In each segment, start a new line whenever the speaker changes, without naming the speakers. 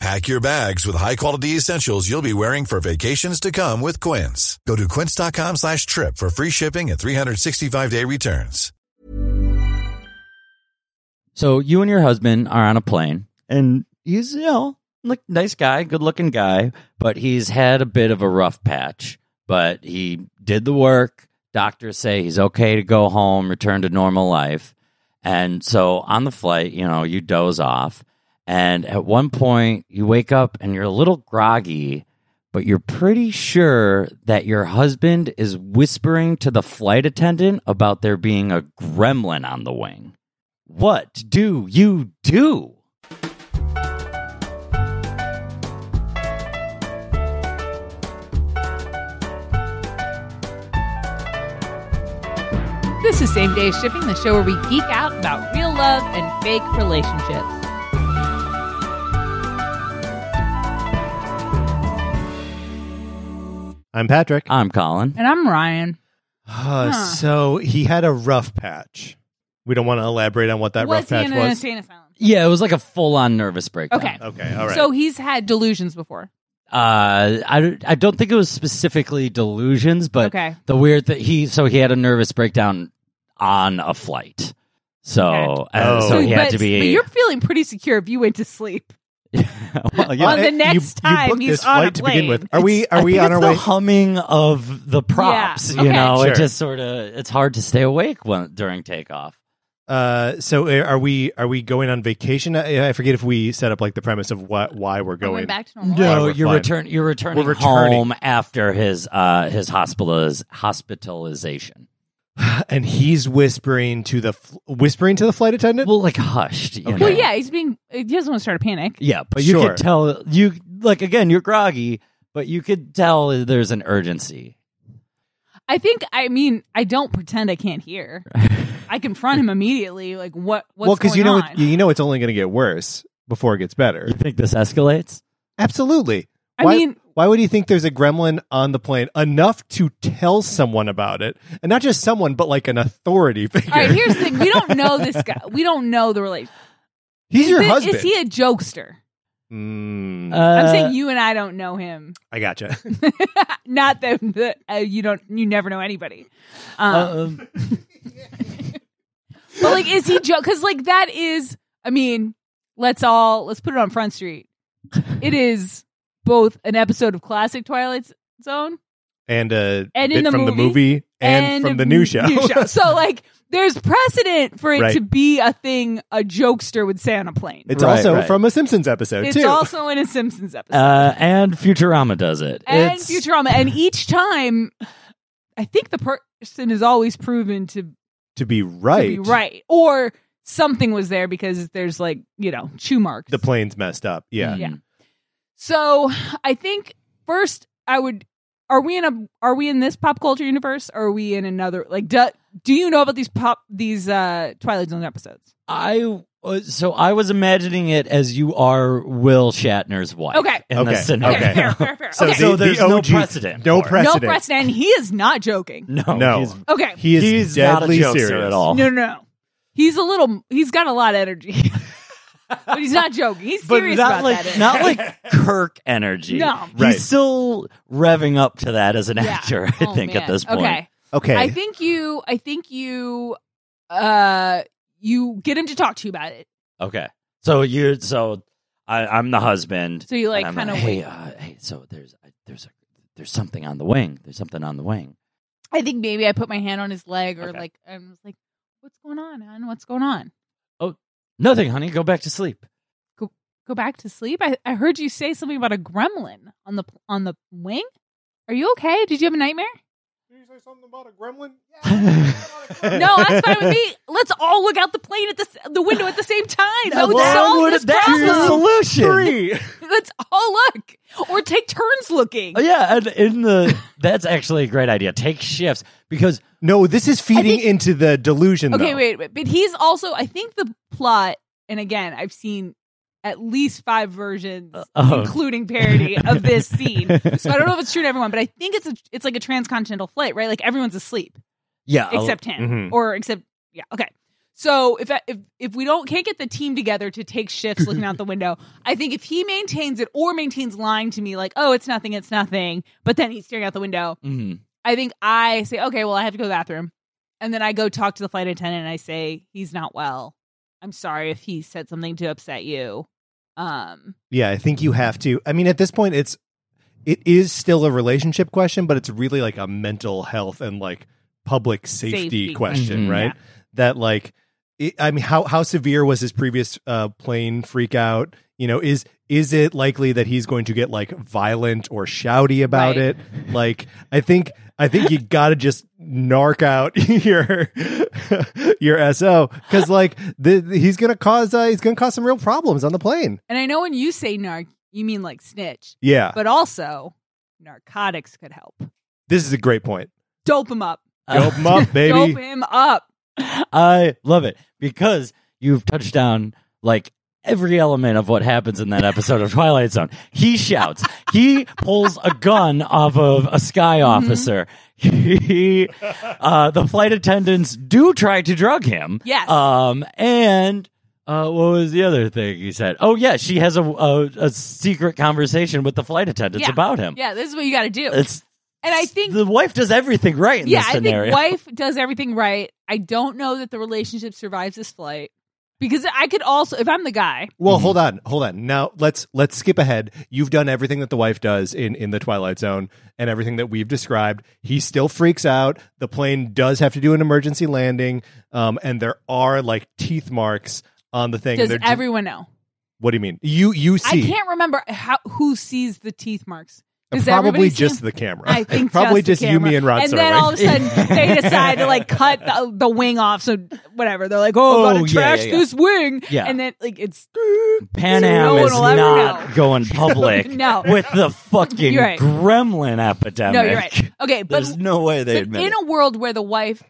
Pack your bags with high-quality essentials you'll be wearing for vacations to come with Quince. Go to quince.com slash trip for free shipping and 365-day returns.
So you and your husband are on a plane, and he's, you know, like nice guy, good-looking guy, but he's had a bit of a rough patch. But he did the work. Doctors say he's okay to go home, return to normal life. And so on the flight, you know, you doze off. And at one point, you wake up and you're a little groggy, but you're pretty sure that your husband is whispering to the flight attendant about there being a gremlin on the wing. What do you do?
This is Same Day Shipping, the show where we geek out about real love and fake relationships.
I'm Patrick.
I'm Colin.
And I'm Ryan.
Uh, So he had a rough patch. We don't want to elaborate on what that
was
rough patch
he in an
was.
insane asylum?
Yeah, it was like a full on nervous breakdown.
Okay.
Okay, all right.
So he's had delusions before.
Uh, I, I don't think it was specifically delusions, but
Okay.
the weird that he, so he had a nervous breakdown on a flight. So,
Okay.
uh,
Oh.
so he had
but,
to be.
but you're feeling pretty secure if you went to sleep.
Well, yeah,
on the
you-
next
you,
time
booked
he's
this
on a
flight to begin
plane.
with. Are we? Are
I
we
think
on
it's
our
the
way?
humming of the props?
Yeah.
You
Okay.
know,
Sure.
it just sort of it's hard to stay awake when, during takeoff.
Uh, so uh, are we? Are we going on vacation? I, I forget if we set up like the premise of what why we're
I
going.
went back to normal.
No.
No,
we're
you're
fine.
return you're returning,
We're returning.
home after his uh his hospitaliz- hospitalization.
and he's whispering to the fl- whispering to the flight attendant.
Well, like hushed. You
Okay.
know?
Well, yeah, he's being. He doesn't want to start a panic.
yeah, but you
Sure.
could tell you like again you're groggy, but you could tell there's an urgency.
I think. I mean, I don't pretend I can't hear. I confront him immediately. Like, what? What's
well,
because
you know
on?
it- you know it's only going to get worse before it gets better.
You think this escalates?
Absolutely.
I
why,
mean-
why would he think there's a gremlin on the plane enough to tell someone about it, and not just someone, but like an authority figure?
All right. Here's the thing. We don't know this guy. We don't know the relation.
He's
is
your
it-
husband.
Is he a jokester?
Mm,
I'm
Uh,
saying you and I don't know him.
I gotcha.
Not that, that uh, you don't. You never know anybody. Um,
um,
But like, is he joke? Because like that is, I mean, let's all let's put it on Front Street. It is both an episode of classic Twilight Zone
and uh,
And
bit
in the
from the
movie,
movie and, from the new show.
So like, there's precedent for it
Right.
to be a thing a jokester would say on a plane.
it's
Right,
also
right.
from a Simpsons episode
It's
too.
also in a Simpsons episode
uh, and Futurama does it.
and
it's,
Futurama, and each time, I think the person is always proven to
to be
to
right,
be right. Or something was there because there's like, you know, chew marks.
the plane's messed up. Yeah.
Yeah. So I think first I would are we in a are we in this pop culture universe? Or are we in another like do, do you know about these pop these uh Twilight Zone episodes?
I was, so I was imagining it as you are Will Shatner's wife.
Okay.
In
Okay,
The scenario.
okay.
Fair, fair, fair.
So,
okay.
so
the- the
there's no
OG
precedent.
No
for it.
precedent.
No precedent. He is not joking.
No.
No.
He's,
Okay.
He is
he's not a
deadly
jokester
serious
at all.
No, no, no. He's a little. He's got a lot of energy, but he's not joking. He's
But
serious
not
about
like
that.
not like Kirk energy.
No.
he's
Right.
still revving up to that as an
Yeah.
actor. I
Oh,
think at
man.
this point.
Okay.
Okay.
I think you. I think you. Uh, you get him to talk to you about it.
Okay. So you so I, I'm the husband.
So you like
and I'm
kind of.
hey uh, hey. So there's I- there's a, there's something on the wing. There's something on the wing.
I think maybe I put my hand on his leg or
Okay.
like I was like, "What's going on, hon? What's going on?
Nothing, honey. Go back to sleep.
Go back to sleep." I, I heard you say something about a gremlin on the on the wing. Are you okay? Did you have a nightmare?
Did you say something about a gremlin?
No, that's fine with me. Let's all look out the plane at the s- the window at the same time. That would
That
solve
would-
this
that's the
problem.
solution.
Let's all look, or take turns looking.
Oh, yeah, and in the that's actually a great idea. Take shifts because
No, this is feeding
think-
into the delusion.
Okay,
though.
wait, wait, but he's also. I think the plot, and again, I've seen at least five versions,
oh.
including parody of this scene. So I don't know if it's true to everyone, but I think it's a, it's like a transcontinental flight, right? Like everyone's asleep
yeah, a-
except him,
mhm.
or except yeah, okay. So if I- if if we don't can't get the team together to take shifts looking out the window, I think if he maintains it or maintains lying to me like, oh, it's nothing, it's nothing, but then he's staring out the window,
Mhm.
I think I say, okay, well, I have to go to the bathroom. And then I go talk to the flight attendant and I say, he's not well. I'm sorry if he said something to upset you. Um,
Yeah, I think you have to. I mean, at this point, it's it is still a relationship question, but it's really like a mental health and like public safety,
Safety
question,
question,
right? That like, it, I mean, how how severe was his previous uh, plane freak out? You know, is is it likely that he's going to get like violent or shouty about
Right.
it? Like, I think I think you got to just narc out your your so because like the, he's gonna cause uh, he's gonna cause some real problems on the plane.
and I know when you say narc, you mean like snitch,
Yeah.
but also narcotics could help.
This is a great point.
Dope him up.
Dope 'em up,
Dope
baby.
him up.
I love it because you've touched down like every element of what happens in that episode of Twilight Zone. He shouts. He pulls a gun off of a sky
Mm-hmm.
officer. He, uh, the flight attendants do try to drug him.
Yes.
Um, and. Uh, what was the other thing he said? Oh yeah, she has a a, a secret conversation with the flight attendants
Yeah.
about him.
Yeah, this is what you got to do.
It's
and I think
the wife does everything right in
yeah,
this
I
scenario.
think wife does everything right. I don't know that the relationship survives this flight because I could also, if I'm the guy,
Well, hold on, hold on. Now let's let's skip ahead. You've done everything that the wife does in in the Twilight Zone and everything that we've described. He still freaks out. The plane does have to do an emergency landing, um, and there are like teeth marks on the thing.
does
They're ju-
everyone know?
what do you mean? You you
I
see?
can't remember how who sees the teeth marks. Does
probably
everybody see
just
them?
the camera.
I think
probably just,
the
you,
camera.
me, and Rod.
And then all of a
Serling.
sudden they decide to like cut the, the wing off. So whatever, they're like,
Oh,
"Oh, I'm
yeah,
gonna trash
yeah, yeah.
this wing."
Yeah.
and then like it's
Pan
So
Am
no one
is
will ever
not
know.
going public
No.
with the fucking
You're right.
gremlin epidemic.
no, you're right. Okay, but
There's no way they
but
admit
in
it.
a world where the wife,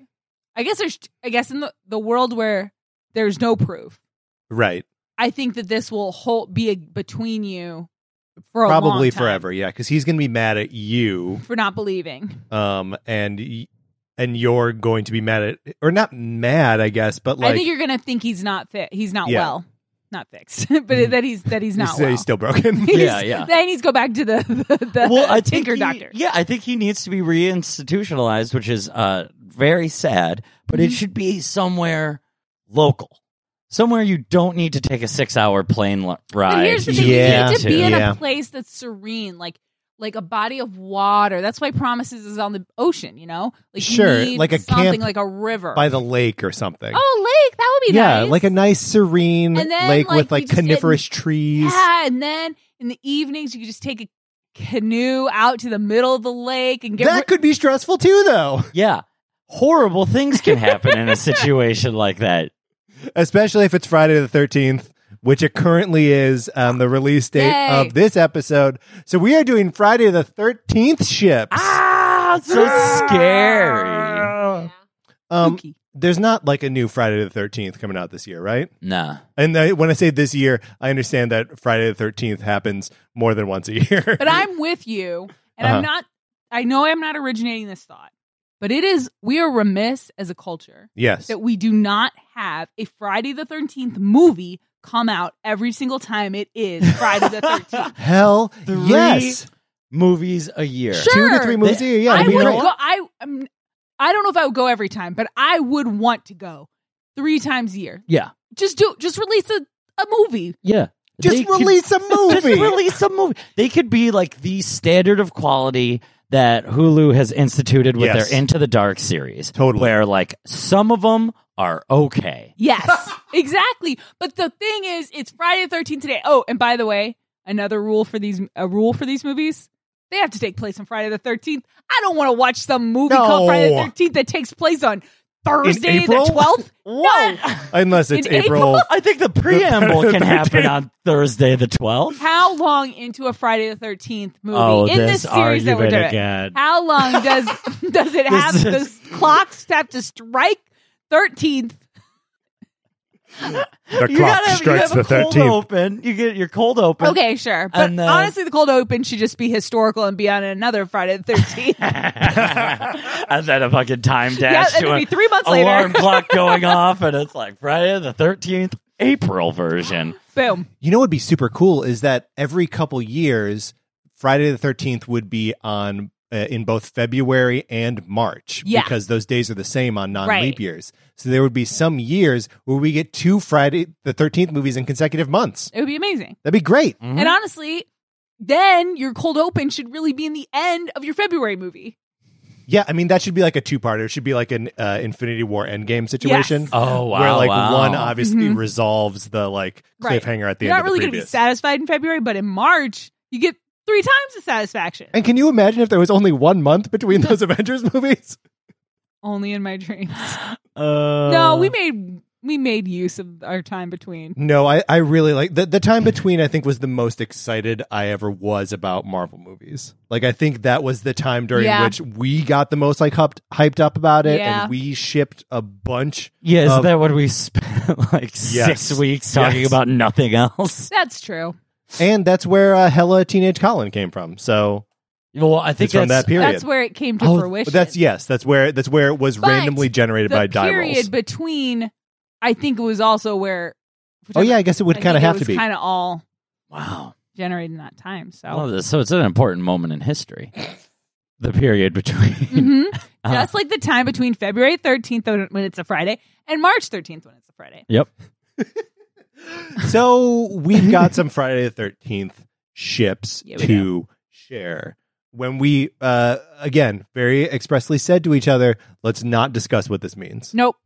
I guess there's, I guess in the the world where there's no proof,
right,
I think that this will hold be a, between you for a long
probably
time
forever. Yeah, because he's gonna be mad at you.
for not believing.
um and y- and you're going to be mad at or not mad i guess but like
I think you're gonna think he's not fit. He's not
Yeah. Mm-hmm.
well, not fixed, but that he's that he's
you
not
say
well.
he's still broken
Yeah, yeah.
Then he's go back to the the, the tinker
he-
doctor.
Yeah, I think he needs to be reinstitutionalized, which is uh, very sad, but
Mm-hmm.
it should be somewhere local. Somewhere you don't need to take a six hour plane lo- ride.
But here's the thing:
Yeah.
you need to be in
Yeah.
a place that's serene, like like a body of water. That's why Promises is on the ocean. You know, like you
Sure,
need
like a
something
camp
like a river.
by the lake or something
oh, lake that would be
yeah
nice.
like a nice serene
And then,
lake
like,
with
you
like
just sit
coniferous trees
yeah, and then in the evenings you could just take a canoe out to the middle of the lake and get
that could be stressful too though
Yeah. horrible things can happen in a situation like that.
especially if it's Friday the 13th, which it currently is um, the release date
Yay.
of this episode. So we are doing Friday the 13th ships.
Ah, it's so scary.
um,
Spooky.
there's not like a new Friday the 13th coming out this year, right?
Nah.
And I, when I say this year, I understand that Friday the 13th happens more than once a year.
But I'm with you, and
Uh-huh.
I'm not. I know I'm not originating this thought, but it is. We are remiss as a culture
yes.
that we do not have a Friday the Thirteenth movie come out every single time it is Friday the Thirteenth.
Hell
Three
yes.
movies a year.
Sure.
Two to three movies a year. Yeah,
I
it'd be
would
great.
go. I um, I don't know if I would go every time, but I would want to go three times a year.
Yeah.
Just do. Just release a, a movie.
Yeah.
Just
They could-
release a movie.
Just release a movie. They could be like the standard of quality that Hulu has instituted with
Yes.
their Into the Dark series.
Totally.
Where like some of them are okay.
Yes, exactly. But the thing is, it's Friday the Thirteenth today. Oh, and by the way, another rule for these a rule for these movies. They have to take place on Friday the Thirteenth. I don't want to watch some movie
No.
called Friday the Thirteenth that takes place on Thursday the
April?
twelfth. no,
Unless it's
In April?
April.
I think the preamble can happen
13th.
on Thursday the 12th.
how long into a Friday the Thirteenth movie
Oh,
in
this
this, series that we're
argument
doing?
again.
How long does does it have
This
the
is-
clocks have to strike thirteenth?
The
You gotta have, you have a cold open. You get your cold open.
Okay, sure, but
and, uh,
honestly, the cold open should just be historical and be on another Friday the Thirteenth.
and then a fucking time dash
Yeah,
to
it'll
an
be three months later.
alarm clock going off, and it's like Friday the thirteenth, April version.
Boom.
You know what would be super cool is that every couple years, Friday the 13th would be on uh, in both February and March
Yeah.
because those days are the same on non leap
Right.
years. So there would be some years where we get two Friday the 13th movies in consecutive months.
It would be amazing.
That'd be great.
And honestly, then your cold open should really be in the end of your February movie.
Yeah, I mean that should be like a two-parter. It should be like an uh, Infinity War Endgame situation.
Oh wow!
where like
wow.
one obviously
Mhm.
resolves the like
Right.
cliffhanger at the
You're
end
not
of the
really going to be
previous.
satisfied in February, but in March, you get three times the satisfaction.
and can you imagine if there was only one month between those Avengers movies?
Only in my dreams.
Uh,
no, we made we made use of our time between.
No, I, I really like the the time between. I think was the most excited I ever was about Marvel movies. Like I think that was the time during
Yeah.
which we got the most like hyped, hyped up about it,
Yeah.
and we shipped a bunch.
yeah. Is
of-
that what we spent like
Yes.
six weeks talking
Yes.
about nothing else?
That's true.
And that's where uh, Hella Teenage Colin came from. So
Well, I think
it's from that
that's-
period.
That's where it came to
Oh,
But
fruition.
that's yes. That's where that's where it was
But
randomly generated
the
by die
period
rolls.
between. I think it was also where.
Oh yeah, I guess it would kind of have to be.
kind of all
Wow.
generated in that time. So.
I love this. So it's an important moment in history. The period between.
hmm
Uh,
Just like the time between February 13th when- when it's a Friday and March 13th when it's a Friday.
Yep.
so we've got some Friday the Thirteenth ships
Yeah, we
to share. When we uh, again very expressly said to each other, "Let's not discuss what this means."
Nope.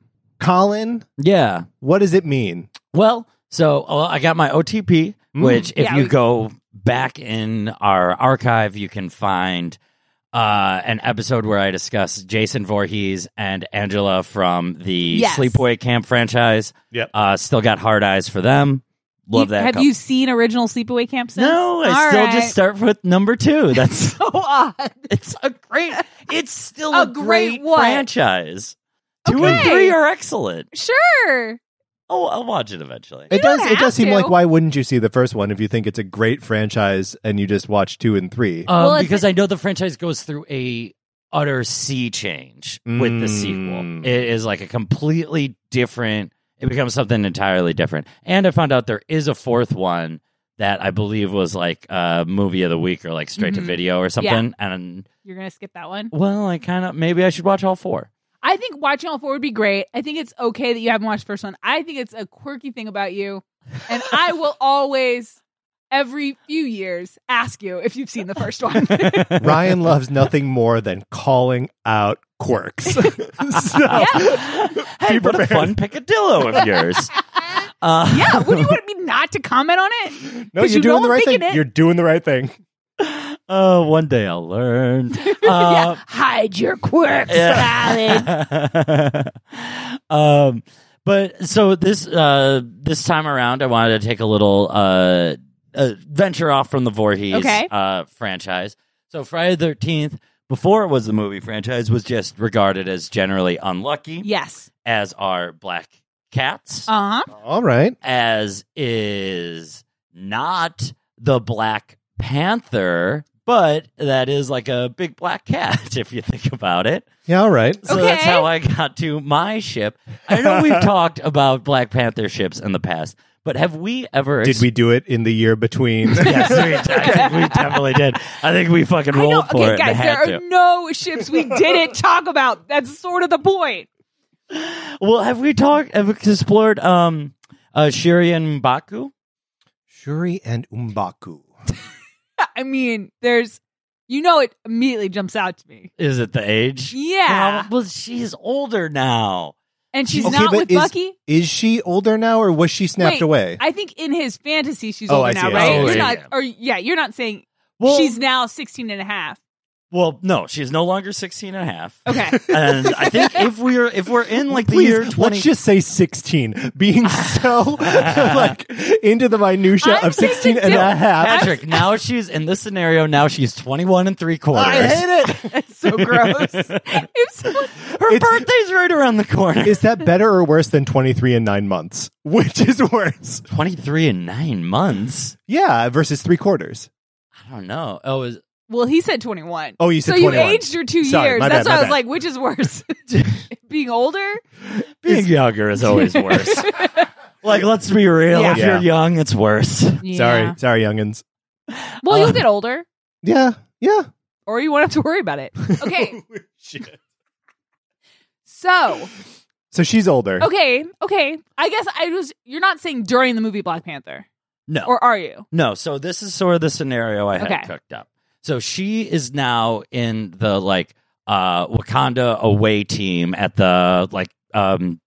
Colin,
Yeah.
what does it mean?
Well, so well, I got my OTP,
Mm.
which if
Yeah,
you
we-
go back in our archive, you can find uh, an episode where I discuss Jason Voorhees and Angela from the
Yes.
Sleepaway Camp franchise.
Yep.
Uh, still got hard eyes for them. Love
You-
that.
Have
couple.
you seen original Sleepaway Camp since?
No, I
All
still
right.
just start with number two. That's
so odd.
it's a great. It's still
A
a,
great
great,
what?
franchise. Two and
Okay.
three are excellent.
Sure.
Oh, I'll watch it eventually.
It does. It
have
does seem
to.
like why wouldn't you see the first one if you think it's a great franchise and you just watch two and three?
Um,
Well, if
because I know the franchise goes through a utter sea change with the sequel.
Mm.
It is like a completely different. It becomes something entirely different. And I found out there is a fourth one that I believe was like a movie of the week or like straight
Mhm.
to video or something. And
You're going to skip that one.
well, I kind of maybe I should watch all four.
I think watching all four would be great. I think it's okay that you haven't watched the first one. I think it's a quirky thing about you. And I will always, every few years, ask you if you've seen the first one.
Ryan loves nothing more than calling out quirks. so,
hey, what a
prepared.
fun picadillo of yours. Uh,
yeah. What do you want me not to comment on it?
no,
'Cause
you're
you know
doing the
I'm
right
thinking
thing.
it.
You're doing the right thing.
Oh, one day I'll learn.
yeah,
Uh,
hide your quirks, Alan.
um, but so this uh, this time around, I wanted to take a little uh, uh, venture off from the Voorhees
Okay.
uh, franchise. So Friday the Thirteenth, before it was the movie franchise, was just regarded as generally unlucky,
Yes.
as are black cats,
Uh huh.
All right.
as is not the Black Panther. But that is like a big black cat, if you think about it.
Yeah, all right.
So that's
Okay.
how I got to my ship. I know we've talked about Black Panther ships in the past, but have we ever?
Did we do it in the year between?
yes, we, I think we definitely did. I think we fucking
I know.
rolled for
Okay,
it.
guys,
and
there
had
are
to.
no ships we didn't talk about. That's sort of the point.
Well, have we talked? Have we explored um, uh, Shiri and Baku?
Shuri and Umbaku.
I mean, there's, you know, it immediately jumps out to me.
Is it the age?
Yeah.
Well, well, she's older now.
And she's
Okay,
not
but
with
is-
Bucky.
Is she older now, or was she snapped
Wait,
away?
I think in his fantasy, she's
Oh,
older
I
now,
see, I
right?
see,
I
You're
see.
not, or yeah, you're not saying
Well,
she's now 16 and a half.
well, no, she's no longer 16 and a half.
Okay.
And I think if we're if we're in like the
Please,
year 20
let's just say 16. Being so like into the minutia
I'm
of 16
thinking
and a
different.
half.
Patrick, now she's in this scenario. Now she's twenty-one and three quarters.
I hate it.
That's so gross. If someone-
Her
It's-
birthday's right around the corner.
Is that better or worse than 23 and nine months? Which is worse?
Twenty-three and nine months.
Yeah, versus three quarters.
I don't know. Oh, is,
well, he said 21.
Oh, you said
so
21.
you aged her two
Sorry,
years.
my
That's
bad,
why
my
I was
bad.
like, which is worse? Being older?
being younger is always worse. like, let's be real.
Yeah.
If
Yeah.
you're young, it's worse.
Yeah.
Sorry, sorry, youngins.
Well,
Uh,
you'll get older,
Yeah, yeah.
or you won't have to worry about it. Okay. So,
So she's older.
okay, okay. I guess I was. You're not saying during the movie Black Panther,
No,
or are you?
no. So this is sort of the scenario I had
Okay.
cooked up. So she is now in the like uh, Wakanda away team at the like um,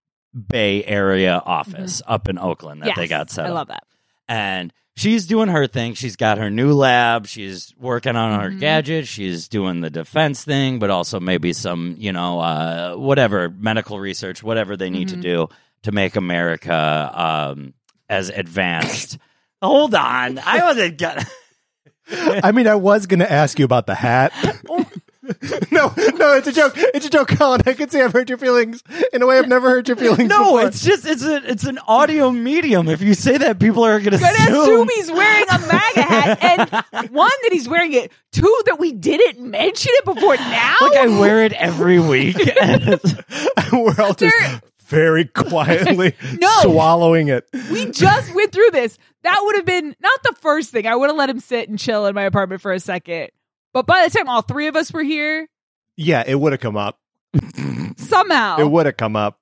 Bay Area office up in Oakland that
Mm-hmm. Yes.
they got set
I
up.
love that.
and she's doing her thing. She's got her new lab. She's working on her
Mhm.
gadget. She's doing the defense thing, but also maybe some, you know, uh, whatever medical research, whatever they need
Mhm.
to do to make America um, as advanced. Hold on, I wasn't gonna.
I mean, I was going to ask you about the hat. no, no, it's a joke. It's a joke, Colin. I could say I've hurt your feelings in a way I've never hurt your feelings.
No,
before.
it's just it's a it's an audio medium. If you say that, people are gonna,
Gonna
assume.
assume he's wearing a MAGA hat, and one that he's wearing it, two that we didn't mention it before now.
like I wear it every week.
we're all just
There-
very quietly
No.
swallowing it.
we just went through this. That would have been not the first thing. I would have let him sit and chill in my apartment for a second. But by the time all three of us were here,
Yeah, it would have come up.
somehow.
It would have come up.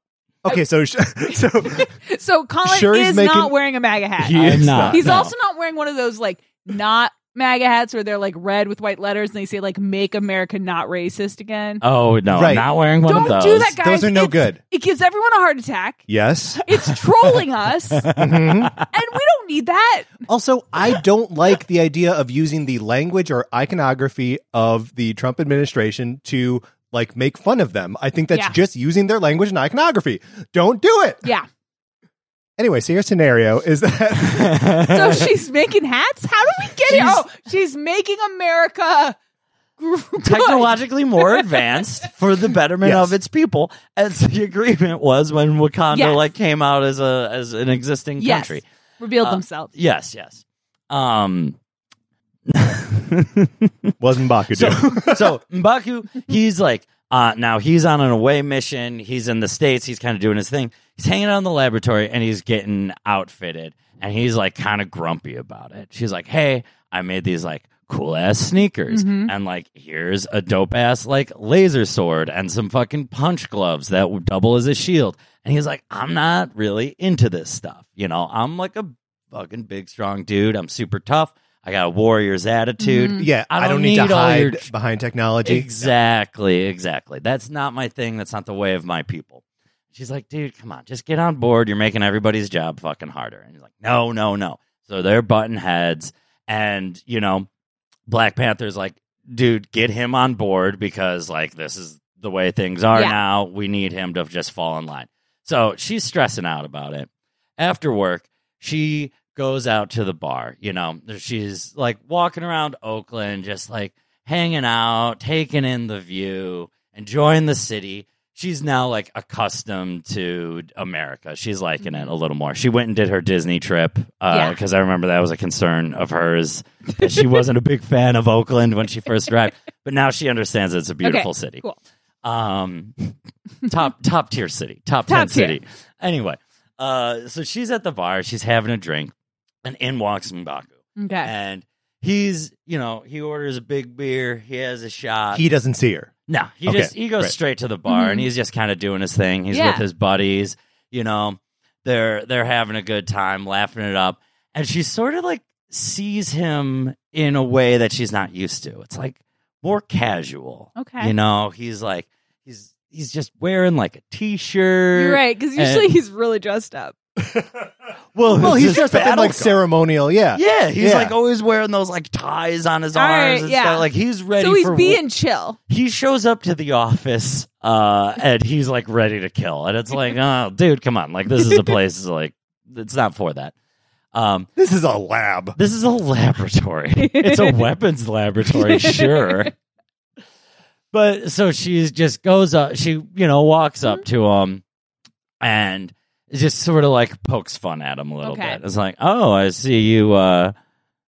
Okay, so sh- so
So Colin
Sure he's
is
making-
not wearing a MAGA hat.
He is
I'm
not.
He's
no.
also not wearing one of those like not MAGA hats where they're like red with white letters and they say like "Make America Not Racist Again."
Oh no,
Right.
not wearing one
Don't
of those.
do that, guys.
Those are no
It's-
good.
It gives everyone a heart attack.
yes. Mm-hmm.
It's trolling us, and we don't need that.
Also, I don't like the idea of using the language or iconography of the Trump administration to like make fun of them. I think that's
Yeah.
just using their language and iconography. Don't do it.
Yeah.
Anyway, so your scenario is that
So she's making hats. How do we get here? Oh, she's making America good.
technologically more advanced for the betterment
Yes.
of its people, as the agreement was when Wakanda
Yes.
like came out as a as an existing
Yes.
country.
Revealed
Uh,
themselves.
Yes, yes. Um,
wasn't Bakudu.
so so Mbaku, he's like uh, now he's on an away mission. He's in the states. He's kind of doing his thing. He's hanging out in the laboratory and he's getting outfitted. And he's like kind of grumpy about it. She's like, "Hey, I made these like cool ass sneakers, and like here's a dope ass like laser sword and some fucking punch gloves that would double as a shield." And he's like, "I'm not really into this stuff. You know, I'm like a fucking big strong dude. I'm super tough. I got a warrior's attitude.
yeah, I don't, need, to
all
hide
your-
behind technology.
Exactly, exactly. That's not my thing. That's not the way of my people. She's like, dude, come on, just get on board. You're making everybody's job fucking harder. And he's like, no, no, no. So they're button heads, and you know, Black Panther's like, dude, get him on board because like this is the way things are
Yeah.
now. We need him to just fall in line. So she's stressing out about it. After work, she goes out to the bar. You know, she's like walking around Oakland, just like hanging out, taking in the view, enjoying the city. She's now like accustomed to America. She's liking it a little more. She went and did her Disney trip because
Mm-hmm. Yeah.
I remember that was a concern of hers. that she wasn't a big fan of Oakland when she first arrived, but now she understands it's a beautiful
Okay,
city
Cool.
um top top tier city top, 10
Top tier.
city anyway uh so she's at the bar she's having a drink and in walks Mbaku
Okay.
and he's you know he orders a big beer he has a shot
he doesn't see her.
no he
Okay,
just he goes
right.
straight to the bar and
Mhm.
he's just kind of doing his thing he's
Yeah.
with his buddies you know they're they're having a good time laughing it up and she sort of like sees him in a way that she's not used to it's like more casual
Okay.
you know he's like he's he's just wearing like a t-shirt
You're right, because usually
and-
he's really dressed up.
well,
Well,
it's
he's dressed up in
battle
like ceremonial. Yeah.
yeah he's
Yeah.
like always wearing those like ties on his
All
arms
right,
and
yeah.
stuff like he's ready
so he's
for
being chill.
he shows up to the office uh and he's like ready to kill and it's like oh dude come on like this is a place it's like it's not for that um
This is a lab.
this is a laboratory it's a weapons laboratory sure but so she just goes up she you know walks up
Mm-hmm.
to him and just sort of like pokes fun at him a little
Okay.
bit it's like oh i see you uh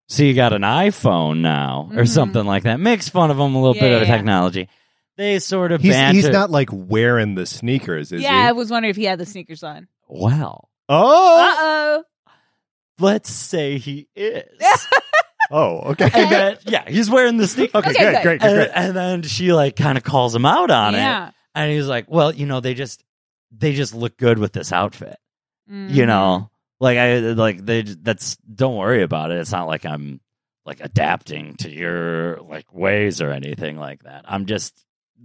see you got an iphone now or
Mhm.
something like that makes fun of him a little
Yeah,
bit of
yeah, yeah.
technology they sort of
He's,
banter
he's not like wearing the sneakers, is
yeah, I
he?
was wondering if he had the sneakers on.
well
Uh
Oh,
oh.
let's say he is
oh, okay.
and then, yeah he's wearing the sneakers
Okay,
Okay,
good,
good.
great, good,
and,
great.
and then she like kind of calls him out on it
yeah.
and he's like well you know they just they just look good with this outfit you
Mhm.
know like i like they that's don't worry about it it's not like i'm like adapting to your like ways or anything like that i'm just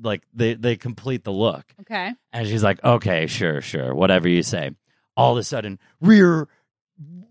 like they they complete the look
Okay.
and she's like okay sure sure whatever you say all of a sudden rear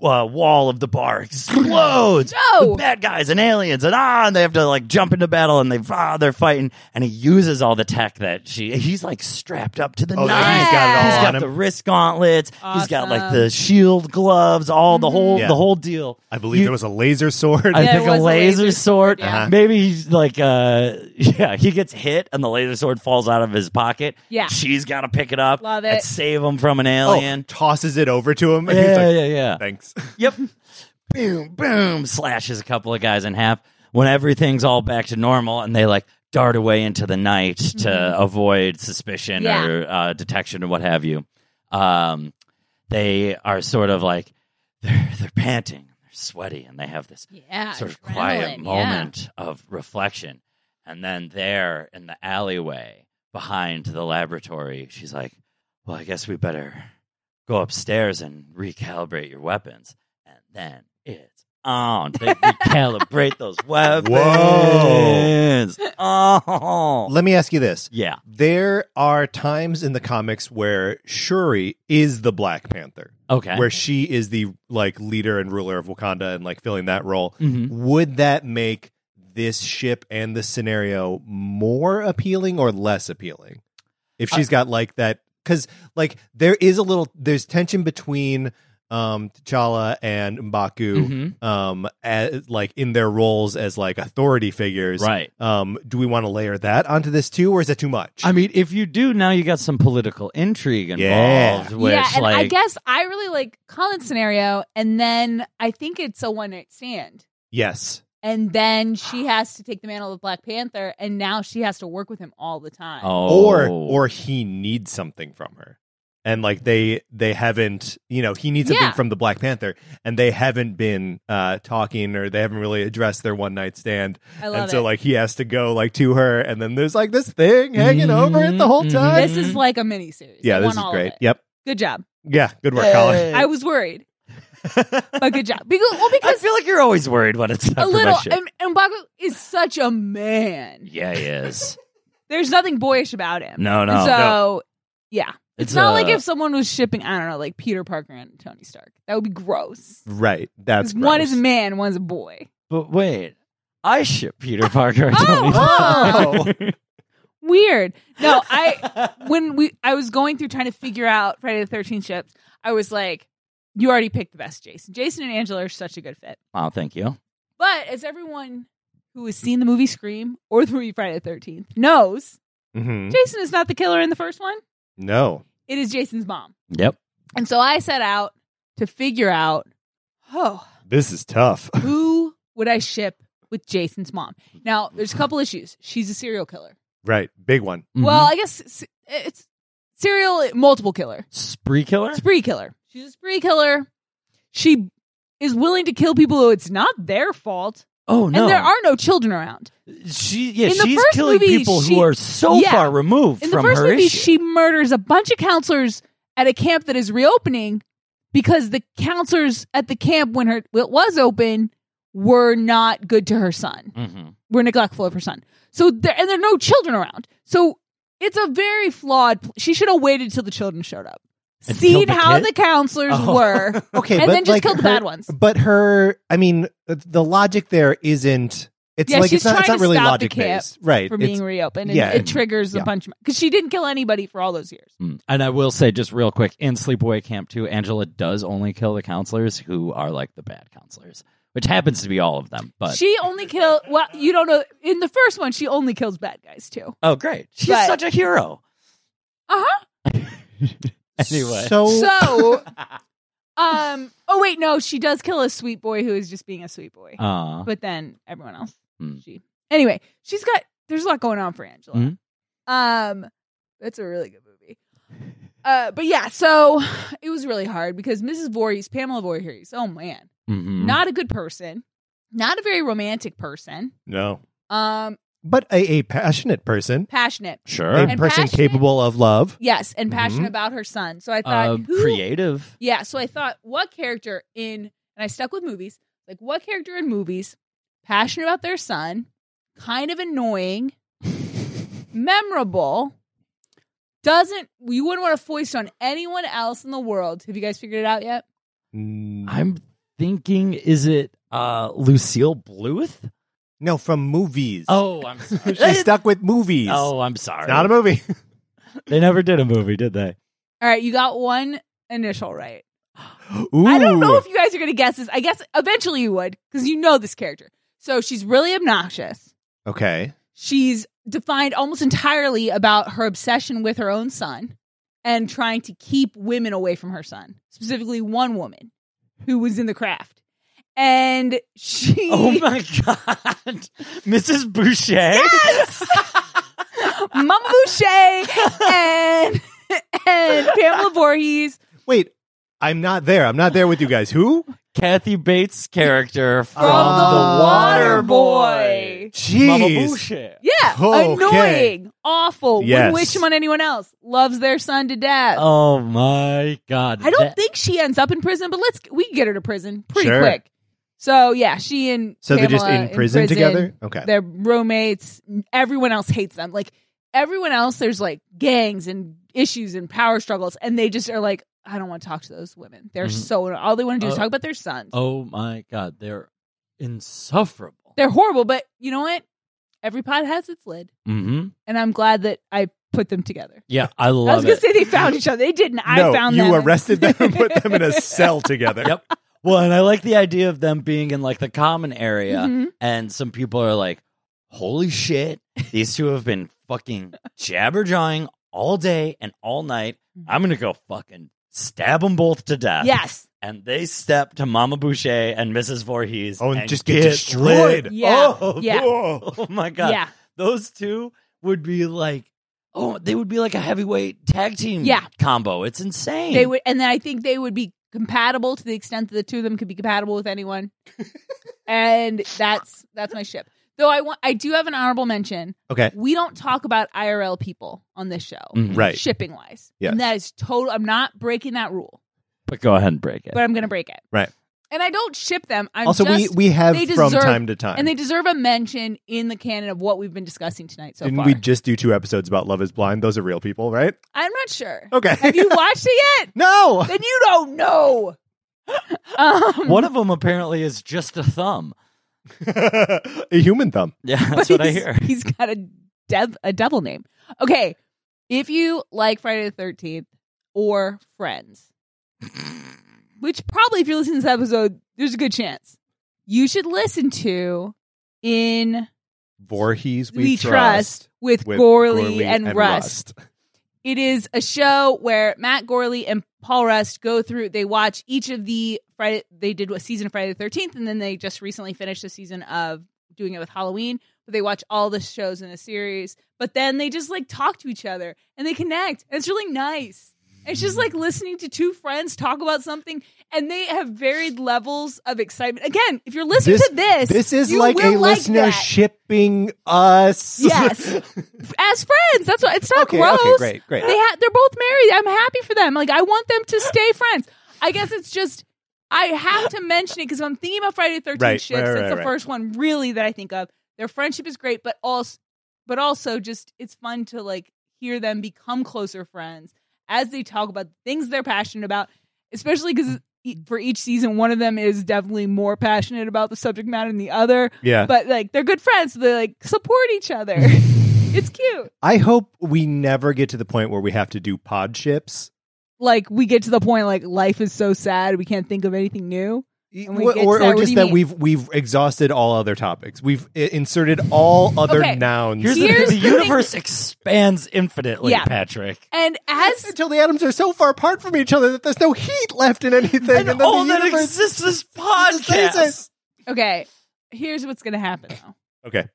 uh, wall of the bar explodes
No.
with bad guys and aliens and ah, and they have to like jump into battle and they ah, they're fighting and he uses all the tech that she he's like strapped up to the
Oh,
nines.
yeah,
he's got it all
He's
on
got
him.
the wrist gauntlets. He's got like
Awesome. Mm-hmm.
the shield gloves, all the whole
Yeah.
the whole deal.
I believe
You-
there was a laser sword.
I
Yeah,
think
it was
a laser, sword.
yeah.
Uh-huh.
Maybe he's like, uh, yeah, he gets hit and the laser sword falls out of his pocket.
Yeah.
she's got to pick it up.
Love
and
it.
save him from an
oh,
alien.
tosses it over to him. And he's
yeah,
like,
yeah, yeah.
Thanks.
Yep. boom, boom, slashes a couple of guys in half. When everything's all back to normal and they like dart away into the night to avoid suspicion
Yeah.
or uh, detection or what have you, um, they are sort of like they're they're panting, they're sweaty, and they have this
Yeah.
sort of
adrenaline,
quiet
yeah.
moment of reflection. And then there in the alleyway behind the laboratory, she's like, Well, I guess we better go upstairs and recalibrate your weapons. And then it's on. They recalibrate those weapons. Oh.
Let me ask you this.
yeah.
There are times in the comics where Shuri is the Black Panther,
Okay.
where she is the like leader and ruler of Wakanda and like filling that role.
Mm-hmm.
Mhm.
Would that make this ship and this scenario more appealing or less appealing? If she's got like that cuz like there is a little there's tension between um T'Challa and M'Baku
Mm-hmm.
Mhm.
um as, like in their roles as like authority figures.
Right.
Um do we want to layer that onto this too or is that too much?
I mean, if you do, now you got some political intrigue
Yeah.
involved. Which,
yeah, and
like,
I guess I really like Colin's scenario, and then I think it's a one night stand,
yes.
and then she has to take the mantle of Black Panther, and now she has to work with him all the time.
oh.
Or or he needs something from her. And like they they haven't, you know, he needs something
Yeah.
from the Black Panther and they haven't been uh talking or they haven't really addressed their one night stand.
I love
and so
it.
like he has to go like to her and then there's like this thing hanging
Mhm,
over it the whole
mhm.
time.
Mm-hmm, this is like a miniseries.
yeah,
I
this
want
is
all of
great.
it.
Yep.
Good job.
Yeah, good work, Colin.
I was worried, but good job. Because, well,
I
because
feel like you're always worried when it's
a
time
little,
for my shit.
and, and Baku is such a man.
Yeah, he is.
There's nothing boyish about him.
No, no,
So,
no.
yeah. It's,
It's uh,
not
a-
like if someone was shipping, I don't know, like Peter Parker and Tony Stark. That would be gross.
Right. That's
'Cause one
gross.
is a man, one's a boy.
But wait, I ship Peter Parker. Tony
Oh.
Weird. No, I when we I was going through trying to figure out Friday the Thirteenth ships, I was like, you already picked the best, Jason. Jason and Angela are such a good fit.
Wow, thank you.
But as everyone who has seen the movie Scream or the movie Friday the Thirteenth knows,
Mhm.
Jason is not the killer in the first one.
No.
It is Jason's mom.
Yep. Mm-hmm.
And so I set out to figure out, oh,
This is tough.
who would I ship with Jason's mom? Now, there's a couple issues. She's a serial killer.
Right. Big one.
Mm-hmm.
Well, I guess s- it's serial multiple killer,
spree killer.
spree killer. She's a spree killer. She is willing to kill people who it's not their fault,
Oh no,
and there are no children around.
she yeah,
in the
she's
first
killing
movie,
people
she-
who are so
yeah.
far removed
In the
from
first
her
movie,
issue.
she murders a bunch of counselors at a camp that is reopening because the counselors at the camp when her when it was open were not good to her son.
Mhm.
Were neglectful of her son. So there and there are no children around. So it's a very flawed. pl- She should have waited till the children showed up,
And
seen
killed the
how
kid?
the counselors
Oh.
were,
Okay,
and
but
then just
like
killed the
her-
bad ones.
But her, I mean, uh, the logic there isn't. It's
Yeah,
like
she's
it's not.
trying
It's not
to
really
stop the
logic
camp
based, right?
For
It's-
being reopened, and
yeah,
it triggers
yeah.
a bunch because she didn't kill anybody for all those years.
Mm. And I will say just real quick in Sleepaway Camp 2, Angela does only kill the counselors who are like the bad counselors, which happens to be all of them. But
she only kill well you don't know in the first one she only kills bad guys too
oh, great, she's
But-
such a hero.
uh-huh
Anyway,
so,
Oh.
so um oh wait no she does kill a sweet boy who is just being a sweet boy
uh,
but then everyone else
Hmm.
she anyway she's got there's a lot going on for angela
Mhm.
um that's a really good movie uh but yeah so it was really hard because mrs voorhees pamela voorhees oh man
mhm.
not a good person not a very romantic person
no,
um
but a, a passionate person,
passionate
sure,
a
And
person
passionate-
capable of love.
Yes, and passionate
Mhm.
about her son. So I thought,
uh,
who-
creative.
yeah. So I thought, what character in? And I stuck with movies. Like, what character in movies, passionate about their son, kind of annoying, memorable, doesn't you wouldn't want to foist on anyone else in the world? Have you guys figured it out yet?
Mm,
I'm thinking, is it uh, Lucille Bluth?
no, from movies.
Oh, I'm sorry.
she's stuck with movies.
Oh, I'm sorry.
It's not a movie.
they never did a movie, did they?
All right, you got one initial right.
Ooh.
I don't know if you guys are going to guess this. I guess eventually you would because you know this character. So she's really obnoxious.
Okay.
she's defined almost entirely about her obsession with her own son and trying to keep women away from her son, specifically one woman who was in the craft. And she
Oh my god, Mrs. Boucher.
Mama Boucher and and Pamela Voorhees.
Wait, I'm not there. I'm not there with you guys. Who?
Kathy Bates' character from
Oh.
The
The Water
Water
Boy.
Boy. Mama
Jeez.
Boucher.
Yeah.
Okay.
Annoying. Awful.
Yes.
Wouldn't wish him on anyone else. Loves their son to death.
Oh my god.
I don't
That-
think she ends up in prison, but let's we can get her to prison pretty
Sure.
quick. So yeah, she and
So they're just
Pamela
in prison, together. Okay.
They're roommates. Everyone else hates them. Like everyone else, there's like gangs and issues and power struggles, and they just are like, I don't want to talk to those women. They're
Mhm.
Mm-hmm.
so all they want to do is
Uh,
Oh.
talk about their sons.
Oh my god, they're insufferable.
They're horrible, but you know what? Every pot has its lid,
mm-hmm.
and I'm glad that I put them together.
Yeah, I
I,
love
was gonna
it.
say they found each other. They didn't. I
no,
found
you
them.
arrested them and put them in a cell together.
Yep. well, and I like the idea of them being in like the common area,
Mhm.
and some people are like, "Holy shit, these two have been fucking jabberjawing all day and all night. I'm gonna go fucking stab them both to death."
Mm-hmm. Yes.
and they step to Mama Boucher and Mrs. Voorhees.
Oh, and just get destroyed.
lit.
Yeah.
Oh,
Yeah.
whoa. oh my God.
Yeah.
Those two would be like, oh, they would be like a heavyweight tag team
Yeah.
combo. It's insane.
They would, and then I think they would be compatible to the extent that the two of them could be compatible with anyone. and that's that's my ship. Though I want, I do have an honorable mention.
Okay.
We don't talk about IRL people on this show,
Mhm.
Mm, Right.
shipping wise.
Yes.
And that is total. I'm not breaking that rule,
But go ahead and break it.
but I'm going to break it.
Right.
And I don't ship them. I'm
also,
just,
we we have
they
from
deserve-
time to time.
and they deserve a mention in the canon of what we've been discussing tonight so
Didn't
far.
we just do two episodes about Love Is Blind? Those are real people, right?
I'm not sure.
Okay.
Have you watched it yet?
no.
then you don't know. um,
One of them apparently is just a thumb.
a human thumb.
Yeah, that's what I
he's-
hear.
He's got a dev a double name. Okay. If you like Friday the thirteenth or Friends, which probably if you're listening to this episode, there's a good chance. You should listen to in
Voorhees
We,
we,
Trust, with,
with
Gorley, and, Rust.
Rust.
It is a show where Matt Gorley and Paul Rust go through. They watch each of the Friday. They did a season of Friday the Thirteenth, and then they just recently finished the season of doing it with Halloween. But they watch all the shows in a series. But then they just like talk to each other and they connect. And it's really nice. It's just like listening to two friends talk about something, and they have varied levels of excitement. Again, if you're listening
This-
to this,
This is
you
like a
will like
listener
that.
shipping us.
Yes. as friends. That's what it's not
Okay,
gross.
okay, great, great.
They ha- they're both married. I'm happy for them. Like I want them to stay friends. I guess it's just I have to mention it because I'm thinking about Friday the 13th
Right,
ships.
right,
That's
right,
the
right.
first one really that I think of. Their friendship is great, but also but also just it's fun to like hear them become closer friends as they talk about things they're passionate about, especially because for each season, one of them is definitely more passionate about the subject matter than the other.
yeah.
But like they're good friends, so they like support each other. it's cute.
I hope we never get to the point where we have to do pod ships.
Like we get to the point like life is so sad, we can't think of anything new. And we
Or,
get to
or
that, what do
just
you
that
mean?
we've we've exhausted all other topics. We've i- inserted all other
Okay.
nouns
Here's the,
Here's
the
the thing-
universe expands infinitely,
Yeah.
Patrick.
And as
until the atoms are so far apart from each other that there's no heat left in anything.
And,
then the
all that
universe-
exists is
Jesus.
podcast.
okay, here's what's gonna happen though.
Okay.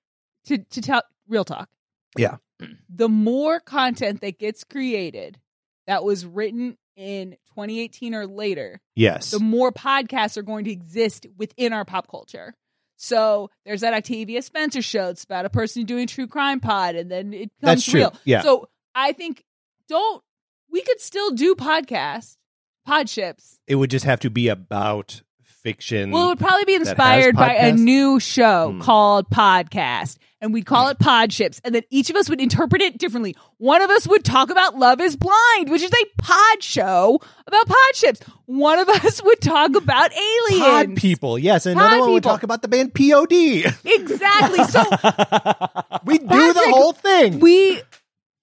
To to tell real talk.
Yeah.
The more content that gets created that was written in 2018 or later,
Yes.
the more podcasts are going to exist within our pop culture. So there's that Octavia Spencer show. It's about a person doing true crime pod, and then it comes
That's true.
real.
Yeah.
So I think don't we could still do podcasts, pod ships.
it would just have to be about fiction.
Well, it would probably be
Mm. that has
inspired by a
podcasts?
new show
Hmm.
called Podcast, and we'd
Mm.
call it Pod Ships, and then each of us would interpret it differently. One of us would talk about Love Is Blind, which is a pod show about pod ships. One of us would talk about aliens.
pod people. Yes, and another
Pod
one would
people.
talk about the band POD. we
Exactly. So
do the
Patrick,
whole thing.
we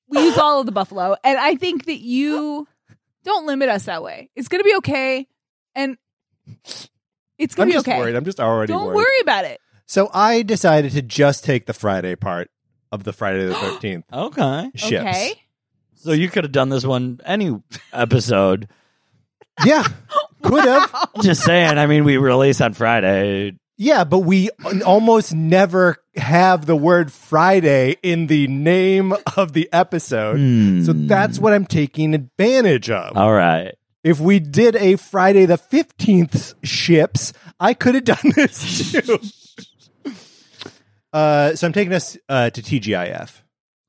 we use all of the buffalo, and I think that you don't limit us that way. It's gonna be okay, and it's gonna
I'm
be
just
okay.
worried. I'm just already
don't
worried.
worry about it.
So I decided to just take the Friday part of the Friday the 13th
Okay.
ships.
Okay.
So you could have done this one any episode.
Yeah. Could have.
Just saying. I mean, we release on Friday.
Yeah, but we almost never have the word Friday in the name of the episode. So that's what I'm taking advantage of.
All right.
If we did a Friday the 15th ships, I could have done this too. uh, so I'm taking us uh, to TGIF,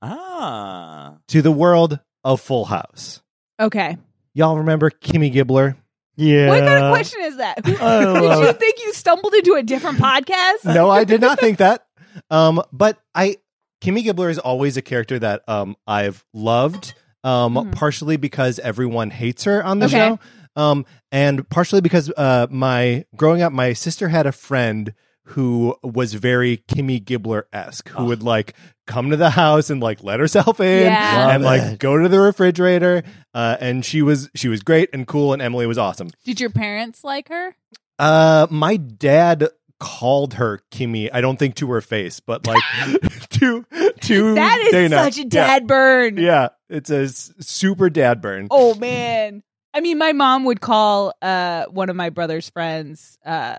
Ah.
to the world of Full House.
Okay.
Y'all remember Kimmy Gibbler?
Yeah.
What kind of question is that? Did
love
you
it.
think you stumbled into a different podcast?
No, I did not think that. Um, but I, Kimmy Gibbler is always a character that um, I've loved, um,
Mhm.
partially because everyone hates her on the
Okay.
show, um, and partially because uh, my growing up, my sister had a friend who was very Kimmy Gibbler esque,
Oh.
who would like come to the house and like let herself in
Yeah.
Love
and like
it.
go to the refrigerator, uh, and she was she was great and cool, and Emily was awesome.
Did your parents like her?
Uh, my dad called her Kimmy. I don't think to her face, but like to to
That is
Dana.
such a dad burn.
Yeah. Yeah, it's a s- super dad burn.
Oh man. I mean, my mom would call uh, one of my brother's friends. Uh,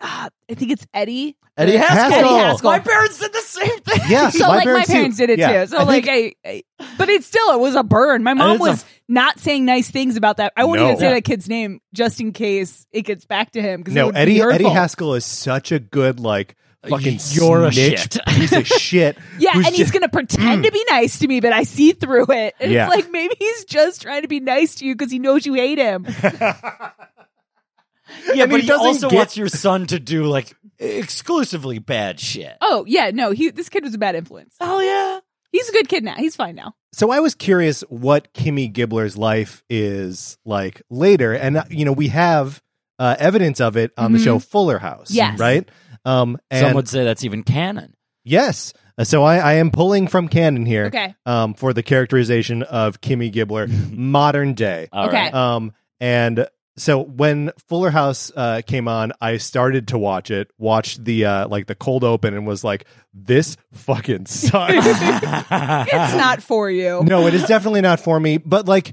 ah, I think it's Eddie.
Eddie Haskell.
Eddie Haskell.
My parents did the same thing.
Yeah,
so like my parents
too.
did it
Yeah.
too. So
I
like
think-
I, I, but it still it was a burn. My mom
it's a-
was not saying nice things about that. I wouldn't
No.
even say
Yeah.
that kid's name just in case it gets back to him. 'cause it
no
would be
Eddie Eddie
hurtful.
Haskell is such a good like fucking
You're a
snitch
shit.
piece of shit.
Yeah,
who's
and he's
just-
going to pretend to be nice to me, but I see through it. And
Mm. Yeah.
it's like maybe he's just trying to be nice to you because he knows you hate him.
Yeah,
And
but
he
he,
doesn't
also
get-
wants your son to do like exclusively bad shit.
Oh yeah, no, he this kid was a bad influence.
Hell yeah.
He's a good kid now. He's fine now.
So I was curious what Kimmy Gibbler's life is like later, and uh, you know we have uh, evidence of it on the
Mhm.
show Fuller House,
Yes.
right? Um, and
Some would say that's even canon.
yes, Uh, so I, I am pulling from canon here.
Okay.
Um, for the characterization of Kimmy Gibbler, modern day.
All
Okay.
right.
Um, and so when Fuller House uh, came on, I started to watch it, watched the uh, like the cold open, and was like, "This fucking sucks."
It's not for you.
Ah. no, it is definitely not for me. But like,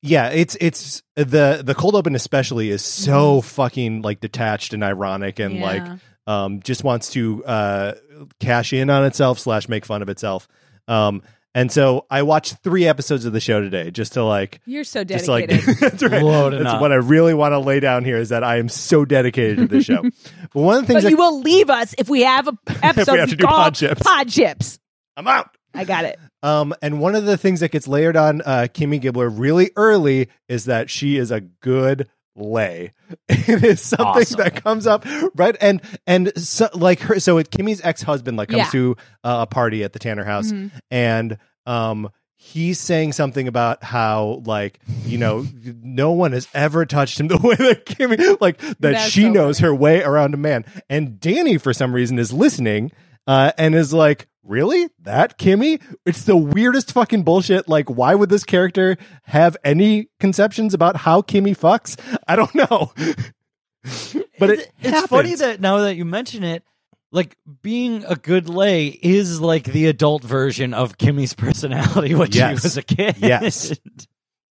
yeah, it's it's the the cold open especially is so fucking like detached and ironic and
Mm-hmm. Yeah.
like um just wants to uh cash in on itself slash make fun of itself. Um, and so I watched three episodes of the show today just to like
You're so
just
dedicated.
like that's right.
Loading
That's
up.
what I really want to lay down here is that I am so dedicated to this show. but one of the things
but
that,
you will leave us if we have a episode
have to do
called
pod chips.
Pod Chips.
I'm out.
I got it.
Um, and one of the things that gets layered on uh, Kimmy Gibbler really early is that she is a good lay. It is something
Awesome.
that comes up right and and so, like her. So it, Kimmy's ex husband like comes
Yeah.
to uh, a party at the Tanner house and um. He's saying something about how, like, you know, no one has ever touched him the way that Kimmy, like, that
That's
she
so
knows her way around a man. And Danny, for some reason, is listening uh, and is like, Really? That Kimmy? It's the weirdest fucking bullshit. Like, why would this character have any conceptions about how Kimmy fucks? I don't know. but it,
it's
happens.
funny that now that you mention it, like being a good lay is like the adult version of Kimmy's personality when
Yes.
she was a kid.
Yes.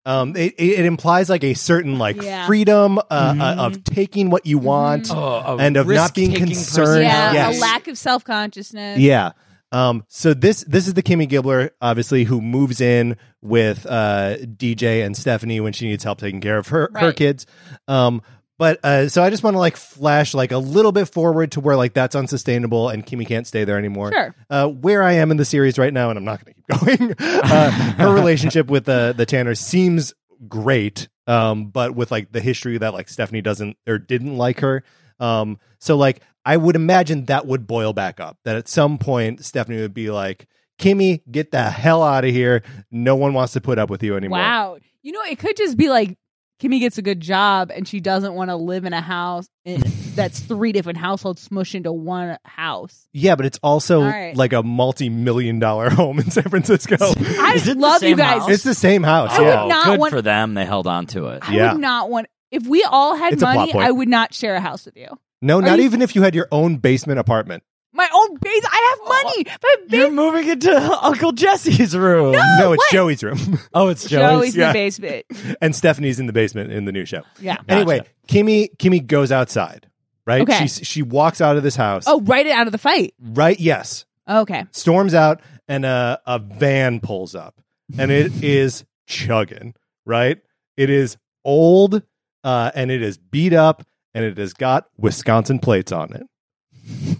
um, it, it it implies like a certain like
Yeah.
freedom uh, uh, of taking what you want.
Oh, a
And of not being
risk-taking
concerned-
Yeah,
Yes.
a lack of self consciousness.
Yeah. Um, so this this is the Kimmy Gibbler, obviously, who moves in with uh, DJ and Stephanie when she needs help taking care of her her
Right.
kids. Um, but uh, so I just want to like flash like a little bit forward to where like that's unsustainable and Kimmy can't stay there anymore.
Sure.
Uh, where I am in the series right now, and I'm not going to keep going. uh, her relationship with uh, the the Tanner seems great, um, but with like the history that like Stephanie doesn't or didn't like her. Um, so like I would imagine that would boil back up. That at some point Stephanie would be like, "Kimmy, get the hell out of here! No one wants to put up with you anymore."
Wow. You know, it could just be like Kimmy gets a good job and she doesn't want to live in a house in, that's three different households smushed into one house.
Yeah, but it's also
All right.
like a multi-million dollar home in San Francisco.
I
Is it the
love you
same
guys.
house?
it's the same house.
I would
yeah.
oh,
not
good
want-
for them. They held on to it.
I
Yeah.
would not want. If we all had
It's a plot
money,
point.
I would not share a house with you.
no, not
you-
even if you had your own basement apartment.
My own base. I
Oh,
have money. My
You're
base.
moving into Uncle Jesse's room.
no, it's
what?
Joey's room.
Oh, it's Joey's.
Joey's
yeah.
the basement.
and Stephanie's in the basement in the new show.
Yeah.
Anyway, Kimmy Kimmy goes outside, right?
Okay.
She she walks out of this house.
Oh, write it out of the fight.
Right, yes.
Okay.
Storms out and a a van pulls up. And it is chugging, right? It is old uh and it is beat up and it has got Wisconsin plates on it.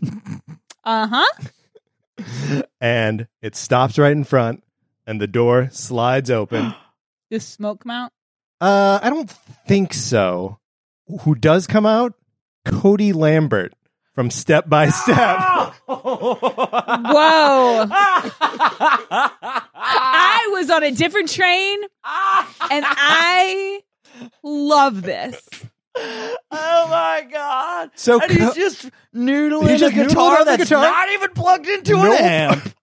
Uh huh.
And it stops right in front and the door slides open.
Does smoke come out?
Uh, I don't think so. Who does come out? Cody Lambert from Step by Step.
Whoa. I was on a different train and I love this.
Oh my god!
So
and he's
co-
just noodling
He just
a
noodled
guitar
on the
that's
guitar?
not even plugged into
Nope.
an amp.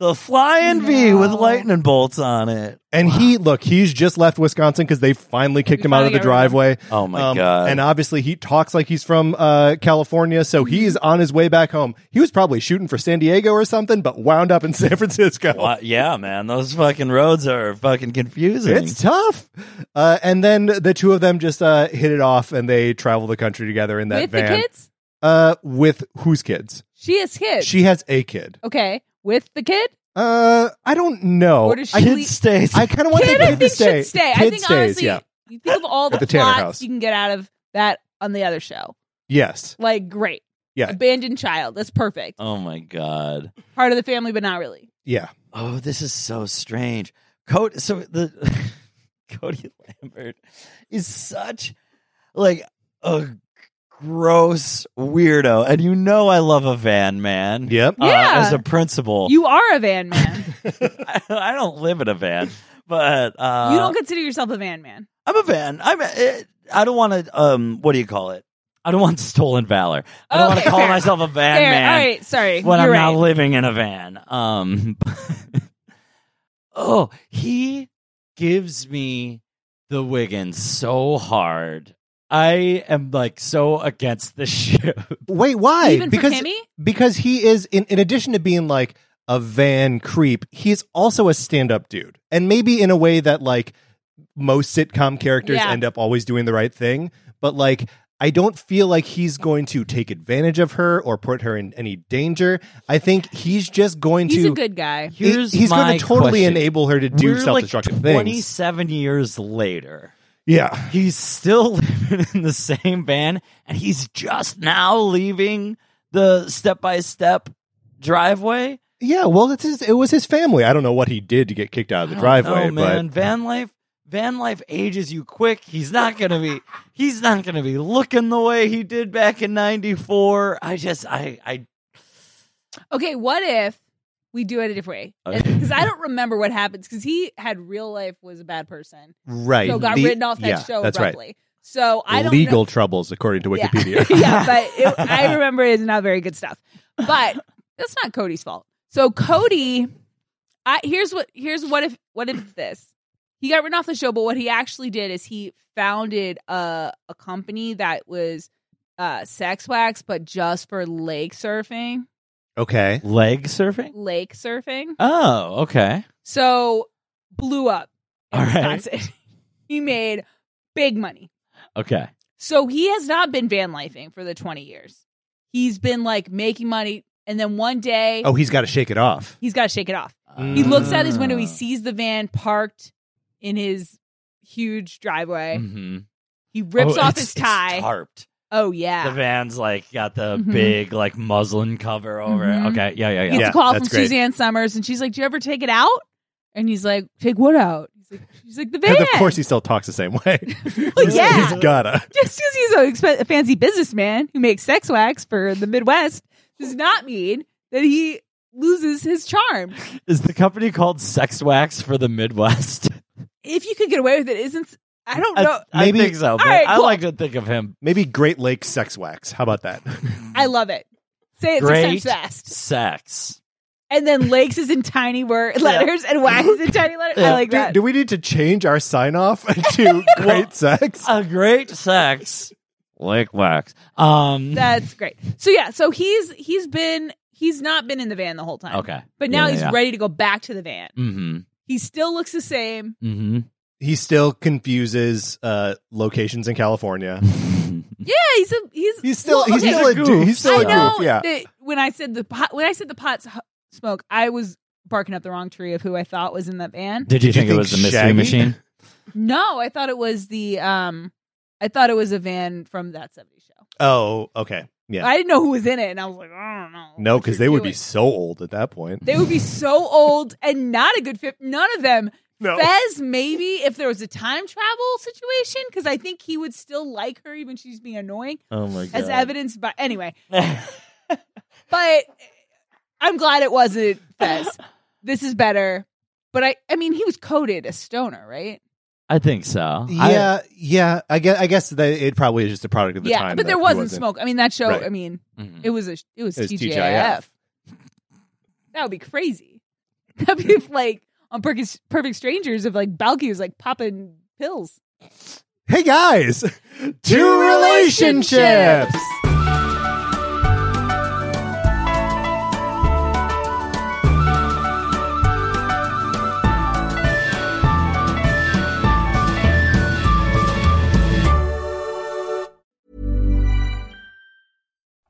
The flying V with lightning bolts on it.
And he look, he's just left Wisconsin because they finally kicked
We
him out of
finally
the
got rid of him.
driveway. Um,
Oh my God.
And obviously, he talks like he's from uh, California, so he's on his way back home. He was probably shooting for San Diego or something, but wound up in San Francisco.
Wha- yeah, man, those fucking roads are fucking confusing.
It's tough. Uh, and then the two of them just uh, hit it off, and they travel the country together in that
With
van.
the kids?
Uh, with whose kids?
She has kids.
She has a kid.
okay. With the kid?
Uh, I don't know.
Or does she
I,
Kid
leave-
stays.
I kind of want
kid,
the
I
kid
think
to stay.
should stay. I
Kid
think
stays,
honestly,
yeah.
you think of all the,
At the Tanner
plots
house.
you can get out of that on the other show.
Yes.
Like, great.
Yeah. Uh-huh.
Abandoned child. That's perfect.
oh my god.
Part of the family, but not really.
Yeah.
Oh, this is so strange. Cody, so the Cody Lambert is such like a gross weirdo, and you know I love a van man.
Yep.
uh,
Yeah.
as a principal,
You are a van man.
I, I don't live in a van, but uh,
you don't consider yourself a van man.
I'm a van. I'm. A, it, I don't want to. Um, what do you call it? I don't want stolen valor. I don't want
Okay,
to call
fair.
myself a van
There,
man
All right, sorry.
when
You're
I'm
right.
not living in a van. Um, oh, he gives me the Wiggins so hard. I am like so against the ship.
Wait, why?
Even
because
for Kimmy?
because he is in in addition to being like a van creep, he's also a stand-up dude. And maybe in a way that like most sitcom characters
Yeah.
end up always doing the right thing, but like I don't feel like he's going to take advantage of her or put her in any danger. I think he's just going
He's
to
a good guy.
he-
Here's
he's
my
going to totally
question.
enable her to do
We're like
self-destructive things.
27 years later.
Yeah.
He's still living in the same van and he's just now leaving the step by step driveway.
Yeah, well it's his, it was his family. I don't know what he did to get kicked out of
I
the
don't
driveway,
know, Oh, man. van life van life ages you quick. He's not gonna be he's not gonna be looking the way he did back in ninety four. I just I I
Okay, what if we do it a different way?
Okay.
Because I don't remember what happens. Because he had real life was a bad person,
but right.
so got
The-
written off that
yeah,
show
That's right.
abruptly. So I don't
legal
know-
troubles according to
Yeah.
Wikipedia.
yeah, but it, I remember it's not very good stuff. But that's not Cody's fault. So Cody, I here's what here's what if what if it's this? He got written off the show, but what he actually did is he founded a a company that was uh sex wax, but just for lake surfing.
okay.
leg surfing?
Lake surfing.
Oh, okay.
So blew up in
All right.
Wisconsin. he made big money.
Okay.
So he has not been van lifing for the 20 years. He's been like making money and then one day
Oh, he's got to shake it off.
he's got to shake it off.
Mm.
He looks out his window, he
Ah.
sees the van parked in his huge driveway.
Mhm.
He rips
Oh,
off
it's-
his
it's
tie.
tarped.
oh
The
yeah.
van's like got the
Mhm.
big like muslin cover over
Mhm.
it. Okay. Yeah, yeah,
He
yeah.
gets
Yeah,
a call from
that's great.
Suzanne Summers and she's like, "Do you ever take it out?" And he's like, "Take what out?" He's like, she's like, "The van."
Because of course he still talks the same way.
yeah.
he's gotta.
just because he's a exp- a fancy businessman who makes sex wax for the Midwest does not mean that he loses his charm.
Is the company called Sex Wax for the Midwest?
If you could get away with it, isn't I don't know.
I, I
maybe-
think so, but
right,
I
cool.
like to think of him
Maybe Great Lakes sex wax. How about that?
I love it. Say it
Great.
six times fast,
sex.
and then lakes is in tiny word letters and wax is in tiny letters. I
Yeah.
like
do,
that.
do we need to change our sign off to
Well,
Great Sex?
uh,
a great sex like wax um
That's great. So yeah, so he's he's been he's not been in the van the whole time.
okay
But now
Yeah,
he's
yeah.
ready to go back to the van.
mm-hmm
He still looks the same.
mm-hmm
He still confuses uh, locations in California.
Yeah, he's a he's
He's still
well,
he's
okay.
still a,
He's a
dude.
goof.
He's still
I
a
know
goof. Yeah.
that when I said the pot, when I said the pots h- smoke, I was barking up the wrong tree of who I thought was in that van.
did you
Did you
think, it
think
was the mystery
Shaggy?
machine
No, I thought it was the um, I thought it was a van from that 70s show.
Oh, okay. Yeah.
I didn't know who was in it, and I was like, Oh, I don't know.
no,
what
because
you're
they would
doing.
be so old at that point.
they would be so old and not a good fit. None of them.
No.
Fez, maybe if there was a time travel situation, because I think he would still like her even if she's being annoying,
oh my god
as evidenced by anyway. but I'm glad it wasn't Fez. this is better. But I, I mean, he was coded a stoner, right?
i think so
yeah, yeah. I guess I guess that it probably is just a product of the
yeah,
time.
but
that
there
he
wasn't, smoke. I mean, that show.
Right.
I mean,
I, mhm.
it was a, it was,
It was
TGIF.
TGIF.
That would be crazy. That'd be if, like on Perfect, Perfect Strangers, if like Balky was like popping pills.
Hey guys, two relationships.